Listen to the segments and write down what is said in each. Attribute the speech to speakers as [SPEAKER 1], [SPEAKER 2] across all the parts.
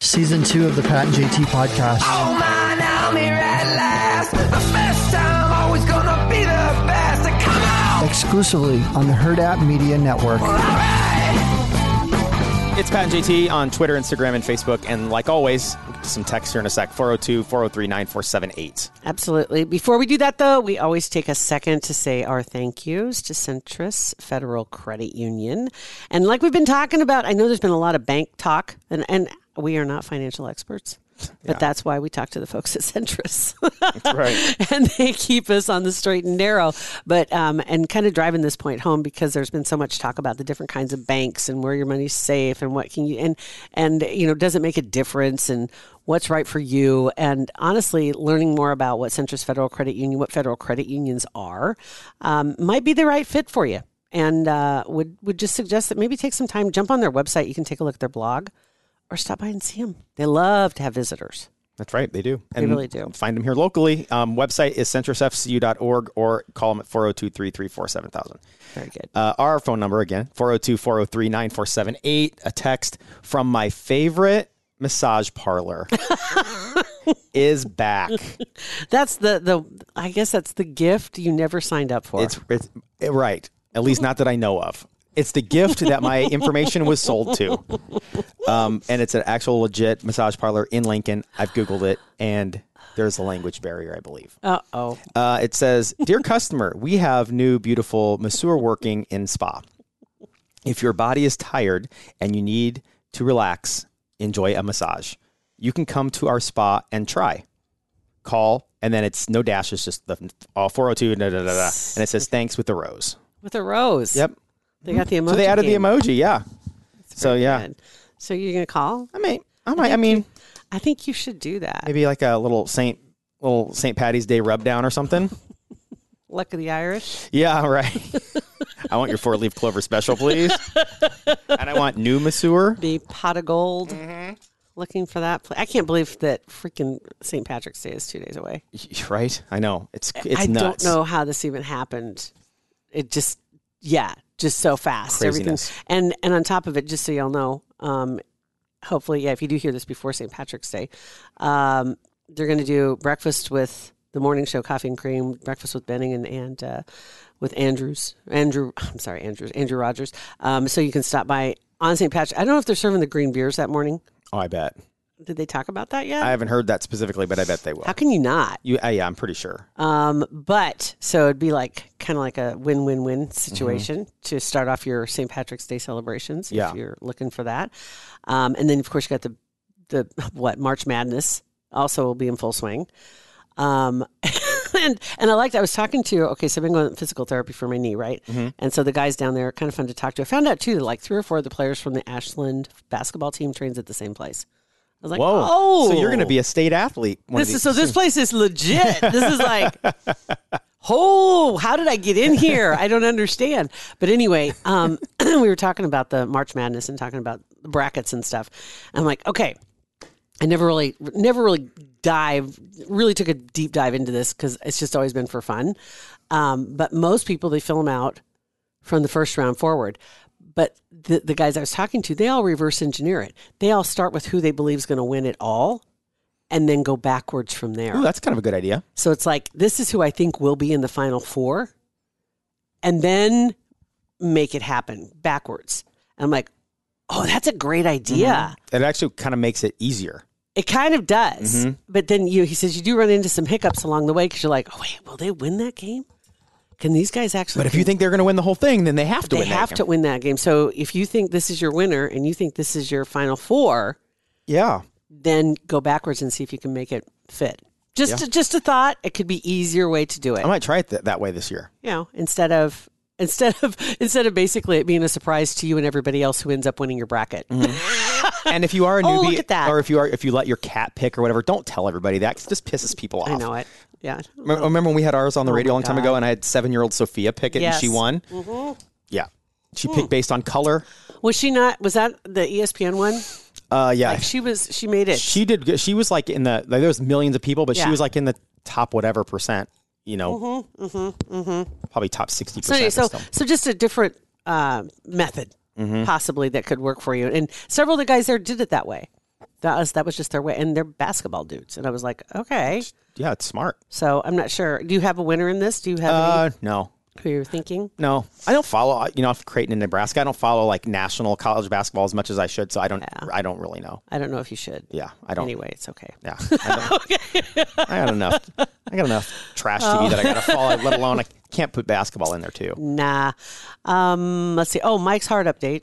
[SPEAKER 1] Season two of the Pat and JT podcast.
[SPEAKER 2] Oh man, I'm here at last. The best time, always gonna be the best. Come on,
[SPEAKER 1] Exclusively on the Herd App Media Network.
[SPEAKER 3] It's Pat and JT on Twitter, Instagram, and Facebook. And like always, we'll get to some text here in a sec 402 403 9478.
[SPEAKER 4] Absolutely. Before we do that, though, we always take a second to say our thank yous to Centris Federal Credit Union. And like we've been talking about, I know there's been a lot of bank talk, and, and we are not financial experts, but that's why we talk to the folks at Centris.
[SPEAKER 3] Right.
[SPEAKER 4] and they keep us on the straight and narrow. But um, and kind of driving this point home because there's been so much talk about the different kinds of banks and where your money's safe and what can you and and you know does it make a difference and what's right for you and honestly learning more about what Centris Federal Credit Union what federal credit unions are um, might be the right fit for you. And uh, would would just suggest that maybe take some time, jump on their website. You can take a look at their blog, or stop by and see them. They love to have visitors.
[SPEAKER 3] That's right, they do. And
[SPEAKER 4] really do.
[SPEAKER 3] Find them here locally. Um, website is centrisfcu.org or call them at 402 334 7000.
[SPEAKER 4] Very good.
[SPEAKER 3] Uh, our phone number again, 402 403 9478. A text from my favorite massage parlor is back.
[SPEAKER 4] That's the the I guess that's the gift you never signed up for.
[SPEAKER 3] It's, it's eh, right. At least not that I know of. It's the gift that my information was sold to. Um, and it's an actual legit massage parlor in Lincoln. I've Googled it and there's a language barrier, I believe.
[SPEAKER 4] uh oh.
[SPEAKER 3] Uh, it says, Dear customer, we have new beautiful masseur working in spa. If your body is tired and you need to relax, enjoy a massage. You can come to our spa and try. Call, and then it's no dash, it's just the all 402, da, da, da, da, and it says thanks with a rose.
[SPEAKER 4] With a rose.
[SPEAKER 3] Yep.
[SPEAKER 4] They got the emoji.
[SPEAKER 3] So they added
[SPEAKER 4] game.
[SPEAKER 3] the emoji, yeah. So yeah,
[SPEAKER 4] Good. So you're gonna call?
[SPEAKER 3] I mean, I might, I mean,
[SPEAKER 4] I think you should do that.
[SPEAKER 3] maybe like a little Saint, little Saint Patty's Day rub down or something.
[SPEAKER 4] Luck of the Irish.
[SPEAKER 3] Yeah, right. I want your four leaf clover special, please. and I want new masseur.
[SPEAKER 4] The pot of gold. Looking for that. Pla- I can't believe that freaking St. Patrick's Day is two days away.
[SPEAKER 3] Right? I know it's it's
[SPEAKER 4] I
[SPEAKER 3] nuts.
[SPEAKER 4] don't know how this even happened. It just, yeah, just so fast. Everything
[SPEAKER 3] Craziness.
[SPEAKER 4] and and on top of it, just so y'all know, um, hopefully, yeah, if you do hear this before St. Patrick's Day, um, they're going to do breakfast with the morning show, coffee and cream, breakfast with Benning and and uh, with Andrews, Andrew. I'm sorry, Andrews, Andrew Rogers. Um, so you can stop by on St. Patrick. I don't know if they're serving the green beers that morning.
[SPEAKER 3] Oh, I bet.
[SPEAKER 4] Did they talk about that yet?
[SPEAKER 3] I haven't heard that specifically, but I bet they will.
[SPEAKER 4] How can you not?
[SPEAKER 3] You, I, yeah, I'm pretty sure.
[SPEAKER 4] Um, but so it'd be like kind of like a win win
[SPEAKER 3] Mm-hmm.
[SPEAKER 4] win situation to start off your St. Patrick's Day celebrations
[SPEAKER 3] Yeah.
[SPEAKER 4] if you're looking for that. Um, and then, of course, you got the, the what March Madness also will be in full swing. Um, and and I liked. I was talking to okay, so I've been going to physical therapy for my knee, right?
[SPEAKER 3] Mm-hmm.
[SPEAKER 4] And so the guys down there are kind of fun to talk to. I found out too that like three or four of the players from the Ashland basketball team trains at the same place. I was like,
[SPEAKER 3] Whoa!
[SPEAKER 4] oh,
[SPEAKER 3] So you're going to be a state athlete. One
[SPEAKER 4] this
[SPEAKER 3] of
[SPEAKER 4] is
[SPEAKER 3] these.
[SPEAKER 4] so. This place is legit. This is like, oh, how did I get in here? I don't understand. But anyway, um, we were talking about the March Madness and talking about the brackets and stuff. I'm like, okay, I never really, never really dive, really took a deep dive into this because it's just always been for fun. Um, but most people they fill them out from the first round forward. But the, the guys I was talking to, they all reverse engineer it. They all start with who they believe is going to win it all, and then go backwards from there.
[SPEAKER 3] Ooh, that's kind of a good idea.
[SPEAKER 4] So it's like this is who I think will be in the final four, and then make it happen backwards. And I'm like, oh, that's a great idea.
[SPEAKER 3] It actually kind of makes it easier.
[SPEAKER 4] It kind of does.
[SPEAKER 3] Mm-hmm.
[SPEAKER 4] But then you, he says you do run into some hiccups along the way because you're like, oh, wait, will they win that game? Can these guys actually?
[SPEAKER 3] But if you think they're going to win the whole thing, then they have to
[SPEAKER 4] they
[SPEAKER 3] win. that
[SPEAKER 4] have
[SPEAKER 3] game.
[SPEAKER 4] to win that game, so if you think this is your winner and you think this is your final four,
[SPEAKER 3] Yeah.
[SPEAKER 4] then go backwards and see if you can make it fit. Just, just a thought. It could be easier way to do it.
[SPEAKER 3] I might try it th- that way this year.
[SPEAKER 4] you know, instead of instead of instead of basically it being a surprise to you and everybody else who ends up winning your bracket.
[SPEAKER 3] Mm-hmm. And if you are a newbie,
[SPEAKER 4] Oh, look at that.
[SPEAKER 3] or if you are if you let your cat pick or whatever, don't tell everybody that 'cause this pisses people off.
[SPEAKER 4] I know it. Yeah.
[SPEAKER 3] Rem- Remember when we had ours on the radio a
[SPEAKER 4] Oh. my
[SPEAKER 3] long time ago,
[SPEAKER 4] God.
[SPEAKER 3] and I had seven-year-old Sophia pick it, and she
[SPEAKER 4] Yes. Mm-hmm.
[SPEAKER 3] won. Yeah, she picked based on color.
[SPEAKER 4] Was she not was that the E ESPN one?
[SPEAKER 3] Uh, yeah, she,
[SPEAKER 4] She was she made it.
[SPEAKER 3] did. good. She was like in the like, there was millions of people, but she
[SPEAKER 4] Yeah.
[SPEAKER 3] was like in the top whatever percent. You know, mm-hmm, mm-hmm, mm-hmm. probably top sixty
[SPEAKER 4] so, anyway,
[SPEAKER 3] percent.
[SPEAKER 4] so so just a different
[SPEAKER 3] Mm-hmm.
[SPEAKER 4] uh, method possibly that could work for you. And several of the guys there did it that way. That was that was just their way, and they're basketball dudes. And I was like, okay.
[SPEAKER 3] Yeah, it's smart.
[SPEAKER 4] So I'm not sure. Do you have a winner in this? Do you have
[SPEAKER 3] Uh, no,
[SPEAKER 4] any who you're thinking?
[SPEAKER 3] no, I don't follow. I- You know, if Creighton in Nebraska, I don't follow like national college basketball as much as I should. So I don't. I don't really know.
[SPEAKER 4] I don't know if you should.
[SPEAKER 3] Yeah, I don't.
[SPEAKER 4] Anyway, it's okay.
[SPEAKER 3] Yeah, I, don't, I got enough. I got enough trash TV that I got to
[SPEAKER 4] Oh.
[SPEAKER 3] follow. Let alone I can't put basketball in there too.
[SPEAKER 4] Nah. Um, let's see. Oh, Mike's heart update.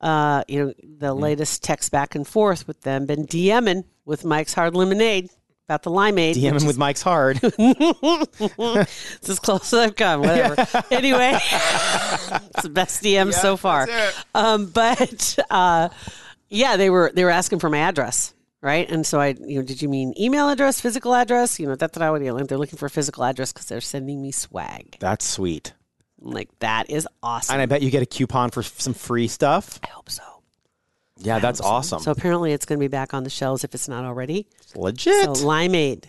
[SPEAKER 4] Uh, you know, the
[SPEAKER 3] Hmm.
[SPEAKER 4] latest text back and forth with them. Been DMing with Mike's Hard Lemonade about the limeade. which
[SPEAKER 3] DMing
[SPEAKER 4] is-
[SPEAKER 3] with Mike's hard.
[SPEAKER 4] It's as close as I've come. Whatever. anyway, it's the best DM so far. Um, but uh, yeah, they were they were asking for my address, right? And so I, you know, did you mean email address, physical address? You know, that's what I would. They're looking for a physical address because they're sending me swag.
[SPEAKER 3] That's sweet.
[SPEAKER 4] I'm like that is awesome.
[SPEAKER 3] And I bet you get a coupon for some free stuff.
[SPEAKER 4] I hope so.
[SPEAKER 3] Yeah, that's awesome.
[SPEAKER 4] So apparently, it's going to be back on the shelves if it's not already.
[SPEAKER 3] Legit.
[SPEAKER 4] So limeade,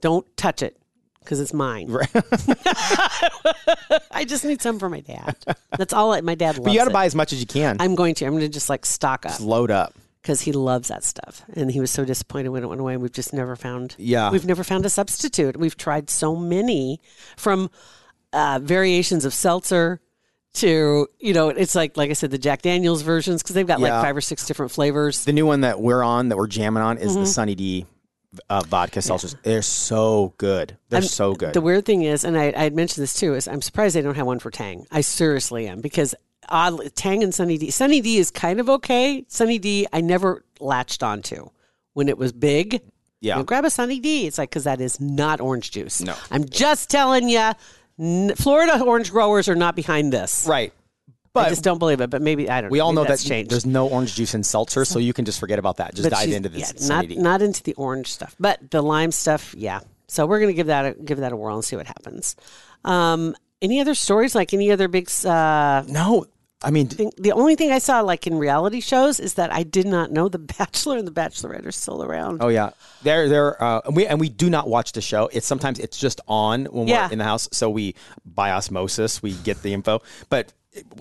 [SPEAKER 4] don't touch it because it's mine.
[SPEAKER 3] Right.
[SPEAKER 4] I just need some for my dad. That's all. I, my dad loves.
[SPEAKER 3] but you got to
[SPEAKER 4] it.
[SPEAKER 3] buy as much as you can.
[SPEAKER 4] I'm going to. I'm going to just like stock up
[SPEAKER 3] Just load up.
[SPEAKER 4] because he loves that stuff, and he was so disappointed when it went away. We've just never found.
[SPEAKER 3] Yeah.
[SPEAKER 4] we've never found a substitute. We've tried so many, from uh, variations of seltzer to you know, it's like like I said, the Jack Daniels versions because they've got
[SPEAKER 3] Yeah.
[SPEAKER 4] like five or six different flavors.
[SPEAKER 3] The new one that we're on, that we're jamming on, is the
[SPEAKER 4] Mm-hmm.
[SPEAKER 3] Sunny D uh, vodka seltzers. They're so good. They're
[SPEAKER 4] I'm-
[SPEAKER 3] so good.
[SPEAKER 4] The weird thing is, and I, I had mentioned this too, is I'm surprised they don't have one for Tang. I seriously am because oddly, Tang and Sunny D. Sunny D is kind of okay. Sunny D, I never latched onto when it was big.
[SPEAKER 3] Yeah.
[SPEAKER 4] You know, grab a Sunny D. It's like because that is not orange juice.
[SPEAKER 3] No.
[SPEAKER 4] I'm just telling you, n- Florida orange growers are not behind this.
[SPEAKER 3] right.
[SPEAKER 4] I
[SPEAKER 3] But
[SPEAKER 4] just don't believe it. But maybe I don't.
[SPEAKER 3] we all
[SPEAKER 4] maybe
[SPEAKER 3] know that
[SPEAKER 4] that's changed.
[SPEAKER 3] there's no orange juice in seltzer, so you can just forget about that. Just
[SPEAKER 4] But
[SPEAKER 3] dive
[SPEAKER 4] she's-
[SPEAKER 3] into this
[SPEAKER 4] yeah,
[SPEAKER 3] Sunny
[SPEAKER 4] not
[SPEAKER 3] D.
[SPEAKER 4] not into the orange stuff, but the lime stuff, yeah. So we're gonna give that a, give that a whirl and see what happens. Um, any other stories? Like any other big? Uh,
[SPEAKER 3] no. I mean,
[SPEAKER 4] thing? The only thing I saw like in reality shows is that I did not know The Bachelor and The Bachelorette are still around.
[SPEAKER 3] oh yeah, they're they're uh, and we and we do not watch the show. It's sometimes it's just on when
[SPEAKER 4] Yeah.
[SPEAKER 3] we're in the house, so we by osmosis we get the info. But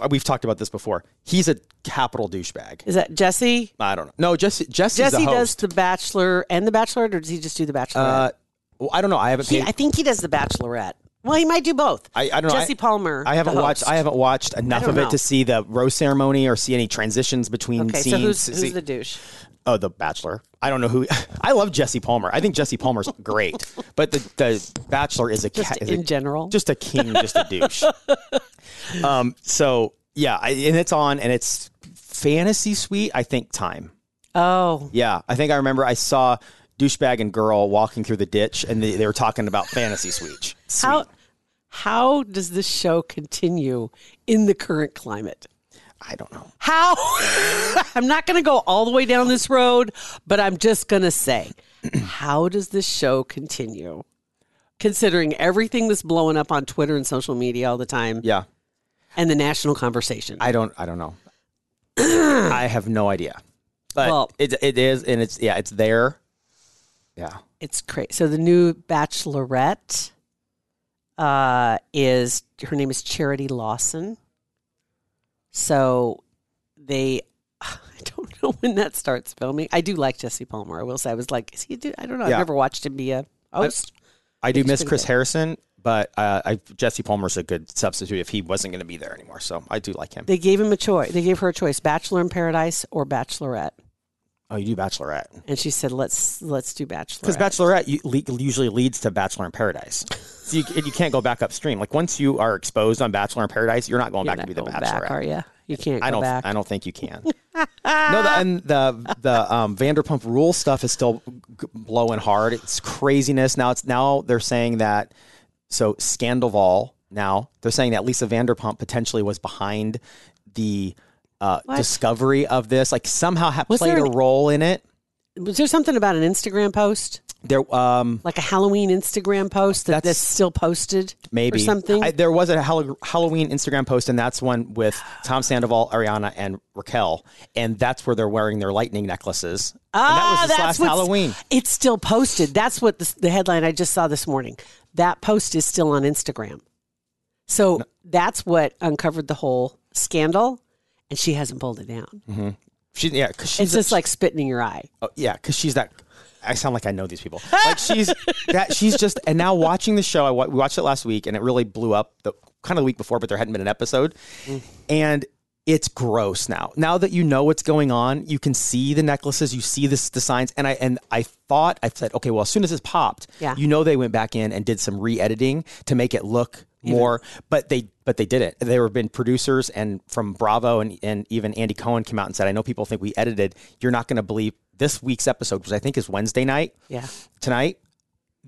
[SPEAKER 3] we've talked about this before. He's a capital douchebag.
[SPEAKER 4] Is that Jesse?
[SPEAKER 3] I don't know. No, Jesse Jesse's the
[SPEAKER 4] Jesse
[SPEAKER 3] host.
[SPEAKER 4] does The Bachelor and The Bachelorette, or does he just do The Bachelorette?
[SPEAKER 3] Uh, well, I don't know. I haven't.
[SPEAKER 4] he,
[SPEAKER 3] paid-
[SPEAKER 4] I think he does The Bachelorette. Well, he might do both.
[SPEAKER 3] I, I don't know.
[SPEAKER 4] Jesse
[SPEAKER 3] I-
[SPEAKER 4] Palmer.
[SPEAKER 3] I haven't
[SPEAKER 4] the
[SPEAKER 3] watched.
[SPEAKER 4] host.
[SPEAKER 3] I haven't watched enough
[SPEAKER 4] don't
[SPEAKER 3] of it
[SPEAKER 4] know.
[SPEAKER 3] to see the rose ceremony or see any transitions between
[SPEAKER 4] Okay,
[SPEAKER 3] scenes.
[SPEAKER 4] so who's,
[SPEAKER 3] to
[SPEAKER 4] who's
[SPEAKER 3] see-
[SPEAKER 4] the douche?
[SPEAKER 3] oh, the Bachelor. I don't know who. I love Jesse Palmer. I think Jesse Palmer's great, but the the Bachelor is a ca-
[SPEAKER 4] Just
[SPEAKER 3] is
[SPEAKER 4] in
[SPEAKER 3] a,
[SPEAKER 4] general?
[SPEAKER 3] just a king, just a douche. um. So yeah, I, and it's on, and it's fantasy suite. I think time.
[SPEAKER 4] Oh,
[SPEAKER 3] Yeah, I think I remember. I saw douchebag and girl walking through the ditch, and they, they were talking about fantasy suite.
[SPEAKER 4] How how does this show continue in the current climate?
[SPEAKER 3] I don't know.
[SPEAKER 4] How I'm not going to go all the way down this road, but I'm just going to say, how does this show continue? Considering everything that's blowing up on Twitter and social media all the time
[SPEAKER 3] Yeah.
[SPEAKER 4] and the national conversation.
[SPEAKER 3] I don't. I don't know. I have no idea. But
[SPEAKER 4] Well-
[SPEAKER 3] it it is, and it's yeah, it's there. Yeah,
[SPEAKER 4] it's crazy. So the new bachelorette uh, is her name is Charity Lawson. So they, I don't know when that starts filming. I do like Jesse Palmer. I will say I was like, is he? A dude? I don't know.
[SPEAKER 3] Yeah.
[SPEAKER 4] I've never watched him be a host.
[SPEAKER 3] I do miss
[SPEAKER 4] pretty
[SPEAKER 3] Chris
[SPEAKER 4] good.
[SPEAKER 3] Harrison, but uh, I, Jesse Palmer's a good substitute if he wasn't going to be there anymore. So I do like him.
[SPEAKER 4] they gave him a choice. They gave her a choice: Bachelor in Paradise or Bachelorette.
[SPEAKER 3] oh, you do Bachelorette
[SPEAKER 4] And she said, let's let's do Bachelorette.
[SPEAKER 3] because Bachelorette u- le- usually leads to Bachelor in Paradise. So you, you can't go back upstream. Like once you are exposed on Bachelor in Paradise, you're not going
[SPEAKER 4] You're
[SPEAKER 3] back to
[SPEAKER 4] not
[SPEAKER 3] be the
[SPEAKER 4] going
[SPEAKER 3] Bachelorette.
[SPEAKER 4] back, are you? You can't go
[SPEAKER 3] I don't.
[SPEAKER 4] back.
[SPEAKER 3] I don't think you can. no, the, and the the um, Vanderpump Rule stuff is still g- blowing hard. It's craziness. Now it's now they're saying that. So Scandoval now they're saying that Lisa Vanderpump potentially was behind the uh, discovery of this. Like somehow ha-
[SPEAKER 4] Was
[SPEAKER 3] played
[SPEAKER 4] there
[SPEAKER 3] a
[SPEAKER 4] an-
[SPEAKER 3] role in it.
[SPEAKER 4] Was there something about an Instagram post?
[SPEAKER 3] There, um,
[SPEAKER 4] like a Halloween Instagram post that,
[SPEAKER 3] That's-
[SPEAKER 4] that's still posted,
[SPEAKER 3] maybe
[SPEAKER 4] or something.
[SPEAKER 3] I, there was a Hall- Halloween Instagram post, and that's one with Tom Sandoval, Ariana, and Raquel, and that's where they're wearing their lightning necklaces. and that was
[SPEAKER 4] Ah,
[SPEAKER 3] this
[SPEAKER 4] that's
[SPEAKER 3] last
[SPEAKER 4] what's-
[SPEAKER 3] Halloween.
[SPEAKER 4] It's still posted. That's what the, the headline I just saw this morning. That post is still on Instagram. So
[SPEAKER 3] Mm-hmm.
[SPEAKER 4] that's what uncovered the whole scandal, and she hasn't pulled it down.
[SPEAKER 3] She yeah, 'cause she's
[SPEAKER 4] It's just like spitting in your eye.
[SPEAKER 3] Oh, yeah, because she's that. I sound like I know these people. Like she's that. She's just and now watching the show. I wa- we watched it last week and it really blew up the kind of the week before, but there hadn't been an episode, and it's gross now. Now that you know what's going on, you can see the necklaces, you see this the signs, and I and I thought I said, okay, well, as soon as this popped,
[SPEAKER 4] Yeah.
[SPEAKER 3] you know they went back in and did some re-editing to make it look more but they but they did it there have been producers and from bravo and, and even andy cohen came out and said i know people think we edited you're not going to believe this week's episode which i think is wednesday night
[SPEAKER 4] Yeah.
[SPEAKER 3] tonight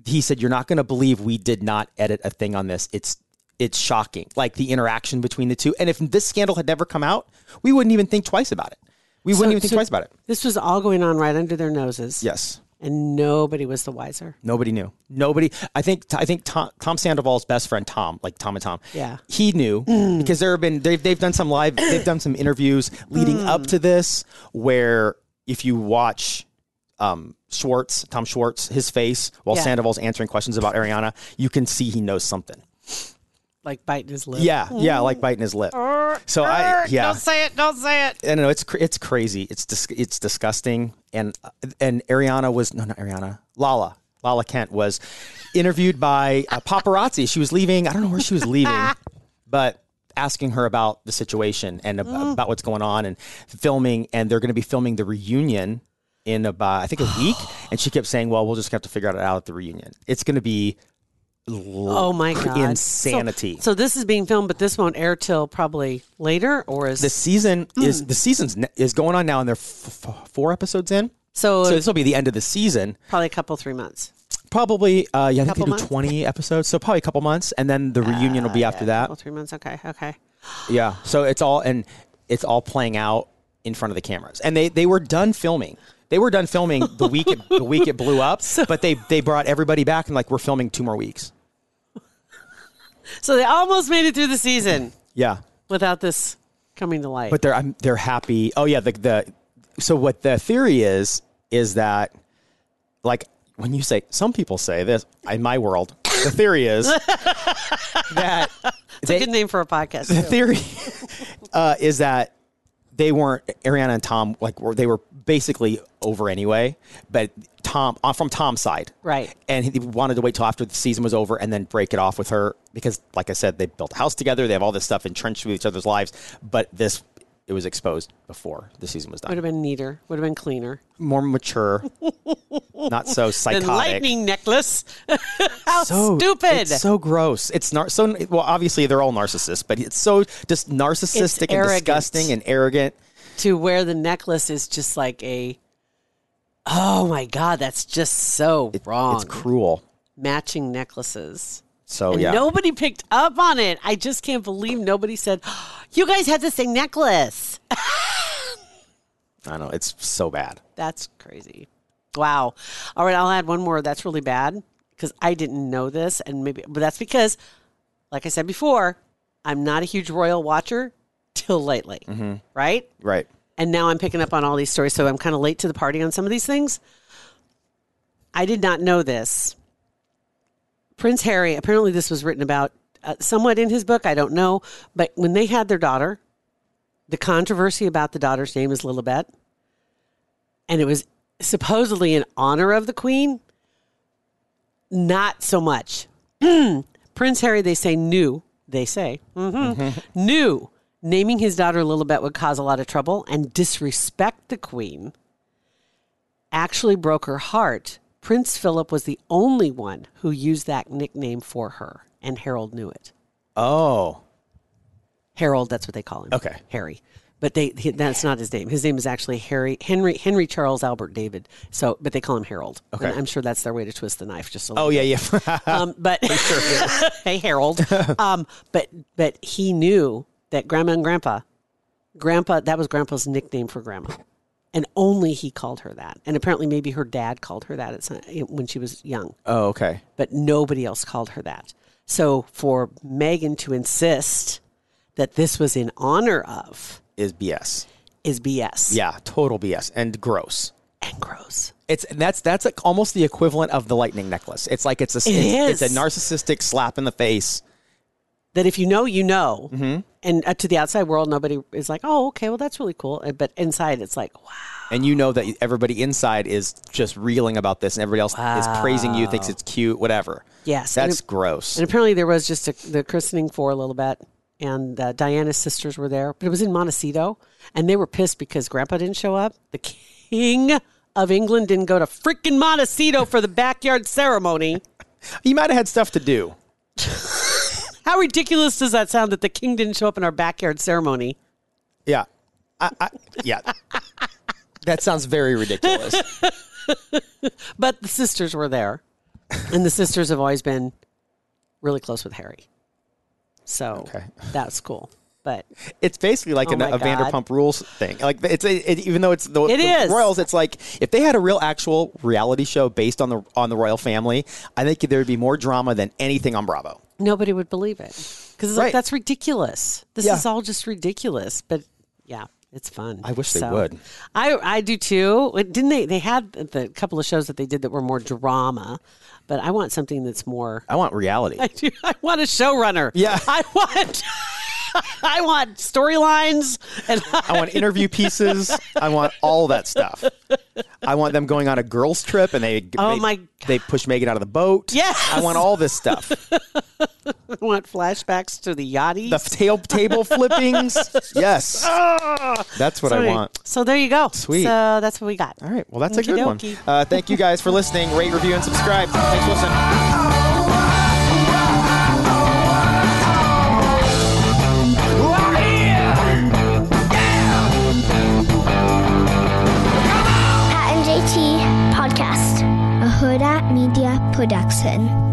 [SPEAKER 3] he said you're not going to believe we did not edit a thing on this it's it's shocking like the interaction between the two and if this scandal had never come out we wouldn't even think twice about it we wouldn't even think
[SPEAKER 4] so-
[SPEAKER 3] twice about it
[SPEAKER 4] This was all going on right under their noses.
[SPEAKER 3] yes
[SPEAKER 4] And nobody was the wiser.
[SPEAKER 3] Nobody knew. Nobody. I think. I think Tom, Tom Sandoval's best friend, Tom, like Tom and Tom.
[SPEAKER 4] Yeah. Mm.
[SPEAKER 3] He knew because there have been they've they've done some live they've done some interviews leading
[SPEAKER 4] Mm.
[SPEAKER 3] up to this where if you watch. Um, Schwartz, Tom Schwartz, his face while
[SPEAKER 4] Yeah.
[SPEAKER 3] Sandoval's answering questions about Ariana, you can see he knows something.
[SPEAKER 4] Like biting his lip.
[SPEAKER 3] Yeah, yeah, like biting his lip. So I, yeah,
[SPEAKER 4] say it. Don't say it.
[SPEAKER 3] I don't know. It's cr- it's crazy. It's dis- it's disgusting. And and Ariana was no, not Ariana. Lala Lala Kent was interviewed by uh, paparazzi. She was leaving. I don't know where she was leaving, but asking her about the situation and ab-
[SPEAKER 4] Oh.
[SPEAKER 3] about what's going on and filming. And they're going to be filming the reunion in about I think a week. and she kept saying, "Well, we'll just have to figure it out at the reunion. It's going to be."
[SPEAKER 4] Oh my god. So-
[SPEAKER 3] Insanity.
[SPEAKER 4] So, this is being filmed, but this won't air till probably later, or is
[SPEAKER 3] the season
[SPEAKER 4] mm.
[SPEAKER 3] is the season's ne- is going on now, and they're f- f- four episodes in.
[SPEAKER 4] so,
[SPEAKER 3] So this will be the end of the season.
[SPEAKER 4] probably a couple three months.
[SPEAKER 3] Probably, uh, yeah, I think they
[SPEAKER 4] Couple
[SPEAKER 3] do
[SPEAKER 4] months?
[SPEAKER 3] 20 episodes, so probably a couple months, and then the reunion will be after
[SPEAKER 4] Couple
[SPEAKER 3] that.
[SPEAKER 4] three months. Okay. Okay.
[SPEAKER 3] Yeah, so it's all and it's all playing out in front of the cameras, and they they were done filming. They were done filming the week it, the week it blew up, but they they brought everybody back and like we're filming two more weeks.
[SPEAKER 4] So they almost made it through the season
[SPEAKER 3] Yeah,
[SPEAKER 4] without this coming to light.
[SPEAKER 3] but they're I'm, they're happy. Oh yeah, the the so what the theory is is that like when you say some people say this in my world, the theory is that
[SPEAKER 4] it's a good name for a podcast.
[SPEAKER 3] the
[SPEAKER 4] too.
[SPEAKER 3] theory uh, is that they weren't Ariana and Tom like were they were basically over anyway, but Tom uh, from Tom's side,
[SPEAKER 4] Right.
[SPEAKER 3] And he wanted to wait till after the season was over and then break it off with her because, like I said, they built a house together. They have all this stuff entrenched with each other's lives, but this it was exposed before the season was
[SPEAKER 4] Would
[SPEAKER 3] done.
[SPEAKER 4] have been neater. Would have been cleaner.
[SPEAKER 3] More mature, not so
[SPEAKER 4] Than
[SPEAKER 3] psychotic.
[SPEAKER 4] lightning necklace. How
[SPEAKER 3] so
[SPEAKER 4] stupid.
[SPEAKER 3] It's so gross. It's nar- so well. Obviously, they're all narcissists, but it's so just narcissistic and
[SPEAKER 4] arrogant.
[SPEAKER 3] disgusting and arrogant.
[SPEAKER 4] to where the necklace is just like a. Oh my god, that's just so wrong.
[SPEAKER 3] It's cruel.
[SPEAKER 4] Matching necklaces.
[SPEAKER 3] So
[SPEAKER 4] And
[SPEAKER 3] Oh, yeah,
[SPEAKER 4] nobody picked up on it. I just can't believe nobody said, "You guys had the same necklace."
[SPEAKER 3] I know it's so bad.
[SPEAKER 4] That's crazy. Wow. All right, I'll add one more. That's really bad because I didn't know this, and maybe, but that's because, like I said before, I'm not a huge royal watcher till lately, right?
[SPEAKER 3] Right.
[SPEAKER 4] And now I'm picking up on all these stories, so I'm kind of late to the party on some of these things. I did not know this. Prince Harry, apparently, this was written about uh, somewhat in his book. I don't know. But when they had their daughter, the controversy about the daughter's name is Lilibet. And it was supposedly in honor of the queen. Not so much. Prince Harry, they say, knew, they say,
[SPEAKER 3] Mm-hmm.
[SPEAKER 4] hmm knew naming his daughter Lilibet would cause a lot of trouble and disrespect the queen actually broke her heart, Prince Philip was the only one who used that nickname for her, and Harold knew it.
[SPEAKER 3] Oh,
[SPEAKER 4] Harold, that's what they call him.
[SPEAKER 3] Okay.
[SPEAKER 4] Harry. But they he, that's not his name. His name is actually Harry Henry Henry Charles Albert David. So, but they call him Harold.
[SPEAKER 3] Okay.
[SPEAKER 4] And I'm sure that's their way to twist the knife just a little
[SPEAKER 3] oh yeah, yeah.
[SPEAKER 4] um, but hey, Harold. Um, but but he knew that Grandma and Grandpa, Grandpa, that was Grandpa's nickname for Grandma, and only he called her that. And apparently, maybe her dad called her that at some, eh, when she was young,
[SPEAKER 3] oh okay.
[SPEAKER 4] but nobody else called her that. So for Megan to insist that this was in honor of
[SPEAKER 3] Is BS.
[SPEAKER 4] is BS.
[SPEAKER 3] Yeah, total BS and gross.
[SPEAKER 4] and gross.
[SPEAKER 3] It's and that's that's like almost the equivalent of the lightning necklace. It's like it's a
[SPEAKER 4] It
[SPEAKER 3] it's, it's
[SPEAKER 4] is.
[SPEAKER 3] a narcissistic slap in the face
[SPEAKER 4] that if you know, you know. And uh, to the outside world, nobody is like, oh, okay, well, that's really cool. Uh, But inside, it's like, wow.
[SPEAKER 3] and you know that everybody inside is just reeling about this, and everybody else is praising you, thinks it's cute, whatever.
[SPEAKER 4] Yes. And
[SPEAKER 3] that's
[SPEAKER 4] it-
[SPEAKER 3] gross.
[SPEAKER 4] And apparently, there was just a, the christening for a little bit, and uh, Diana's sisters were there, but it was in Montecito, and they were pissed because Grandpa didn't show up. The King of England didn't go to freaking Montecito for the backyard ceremony.
[SPEAKER 3] he might have had stuff to do.
[SPEAKER 4] How ridiculous does that sound that the King didn't show up in our backyard ceremony?
[SPEAKER 3] Yeah, I, I, yeah. that sounds very ridiculous.
[SPEAKER 4] But the sisters were there, and the sisters have always been really close with Harry, so
[SPEAKER 3] Okay.
[SPEAKER 4] that's cool. But
[SPEAKER 3] It's basically like
[SPEAKER 4] Oh
[SPEAKER 3] an,
[SPEAKER 4] my
[SPEAKER 3] a
[SPEAKER 4] God.
[SPEAKER 3] Vanderpump Rules thing. Like it's a, it, even though it's the,
[SPEAKER 4] It
[SPEAKER 3] the
[SPEAKER 4] is.
[SPEAKER 3] Royals, it's like if they had a real actual reality show based on the on the royal family, I think there would be more drama than anything on Bravo.
[SPEAKER 4] nobody would believe it because it's
[SPEAKER 3] Right.
[SPEAKER 4] like that's ridiculous. This
[SPEAKER 3] Yeah.
[SPEAKER 4] is all just ridiculous. But yeah, it's fun.
[SPEAKER 3] I wish they would.
[SPEAKER 4] I I do too. Like, Didn't they? They had the- the couple of shows that they did that were more drama, but I want something that's more.
[SPEAKER 3] I want reality.
[SPEAKER 4] I do. I want a showrunner.
[SPEAKER 3] Yeah.
[SPEAKER 4] I want. I want storylines and
[SPEAKER 3] I want interview pieces. I want all that stuff. I want them going on a girls trip and they
[SPEAKER 4] Oh
[SPEAKER 3] they,
[SPEAKER 4] my
[SPEAKER 3] they push Megan out of the boat.
[SPEAKER 4] Yes.
[SPEAKER 3] I want all this stuff.
[SPEAKER 4] I want flashbacks to the yachty.
[SPEAKER 3] The tail table flippings. Yes.
[SPEAKER 4] Ah.
[SPEAKER 3] That's what I want.
[SPEAKER 4] So there you go.
[SPEAKER 3] Sweet.
[SPEAKER 4] So that's what we got.
[SPEAKER 3] All right. Well, that's a good one.
[SPEAKER 4] Okey-dokey.
[SPEAKER 3] Uh, thank you guys for listening. Rate, review, and subscribe. Thanks for listening.
[SPEAKER 5] Pat and JT Podcast, a Huda Media Production.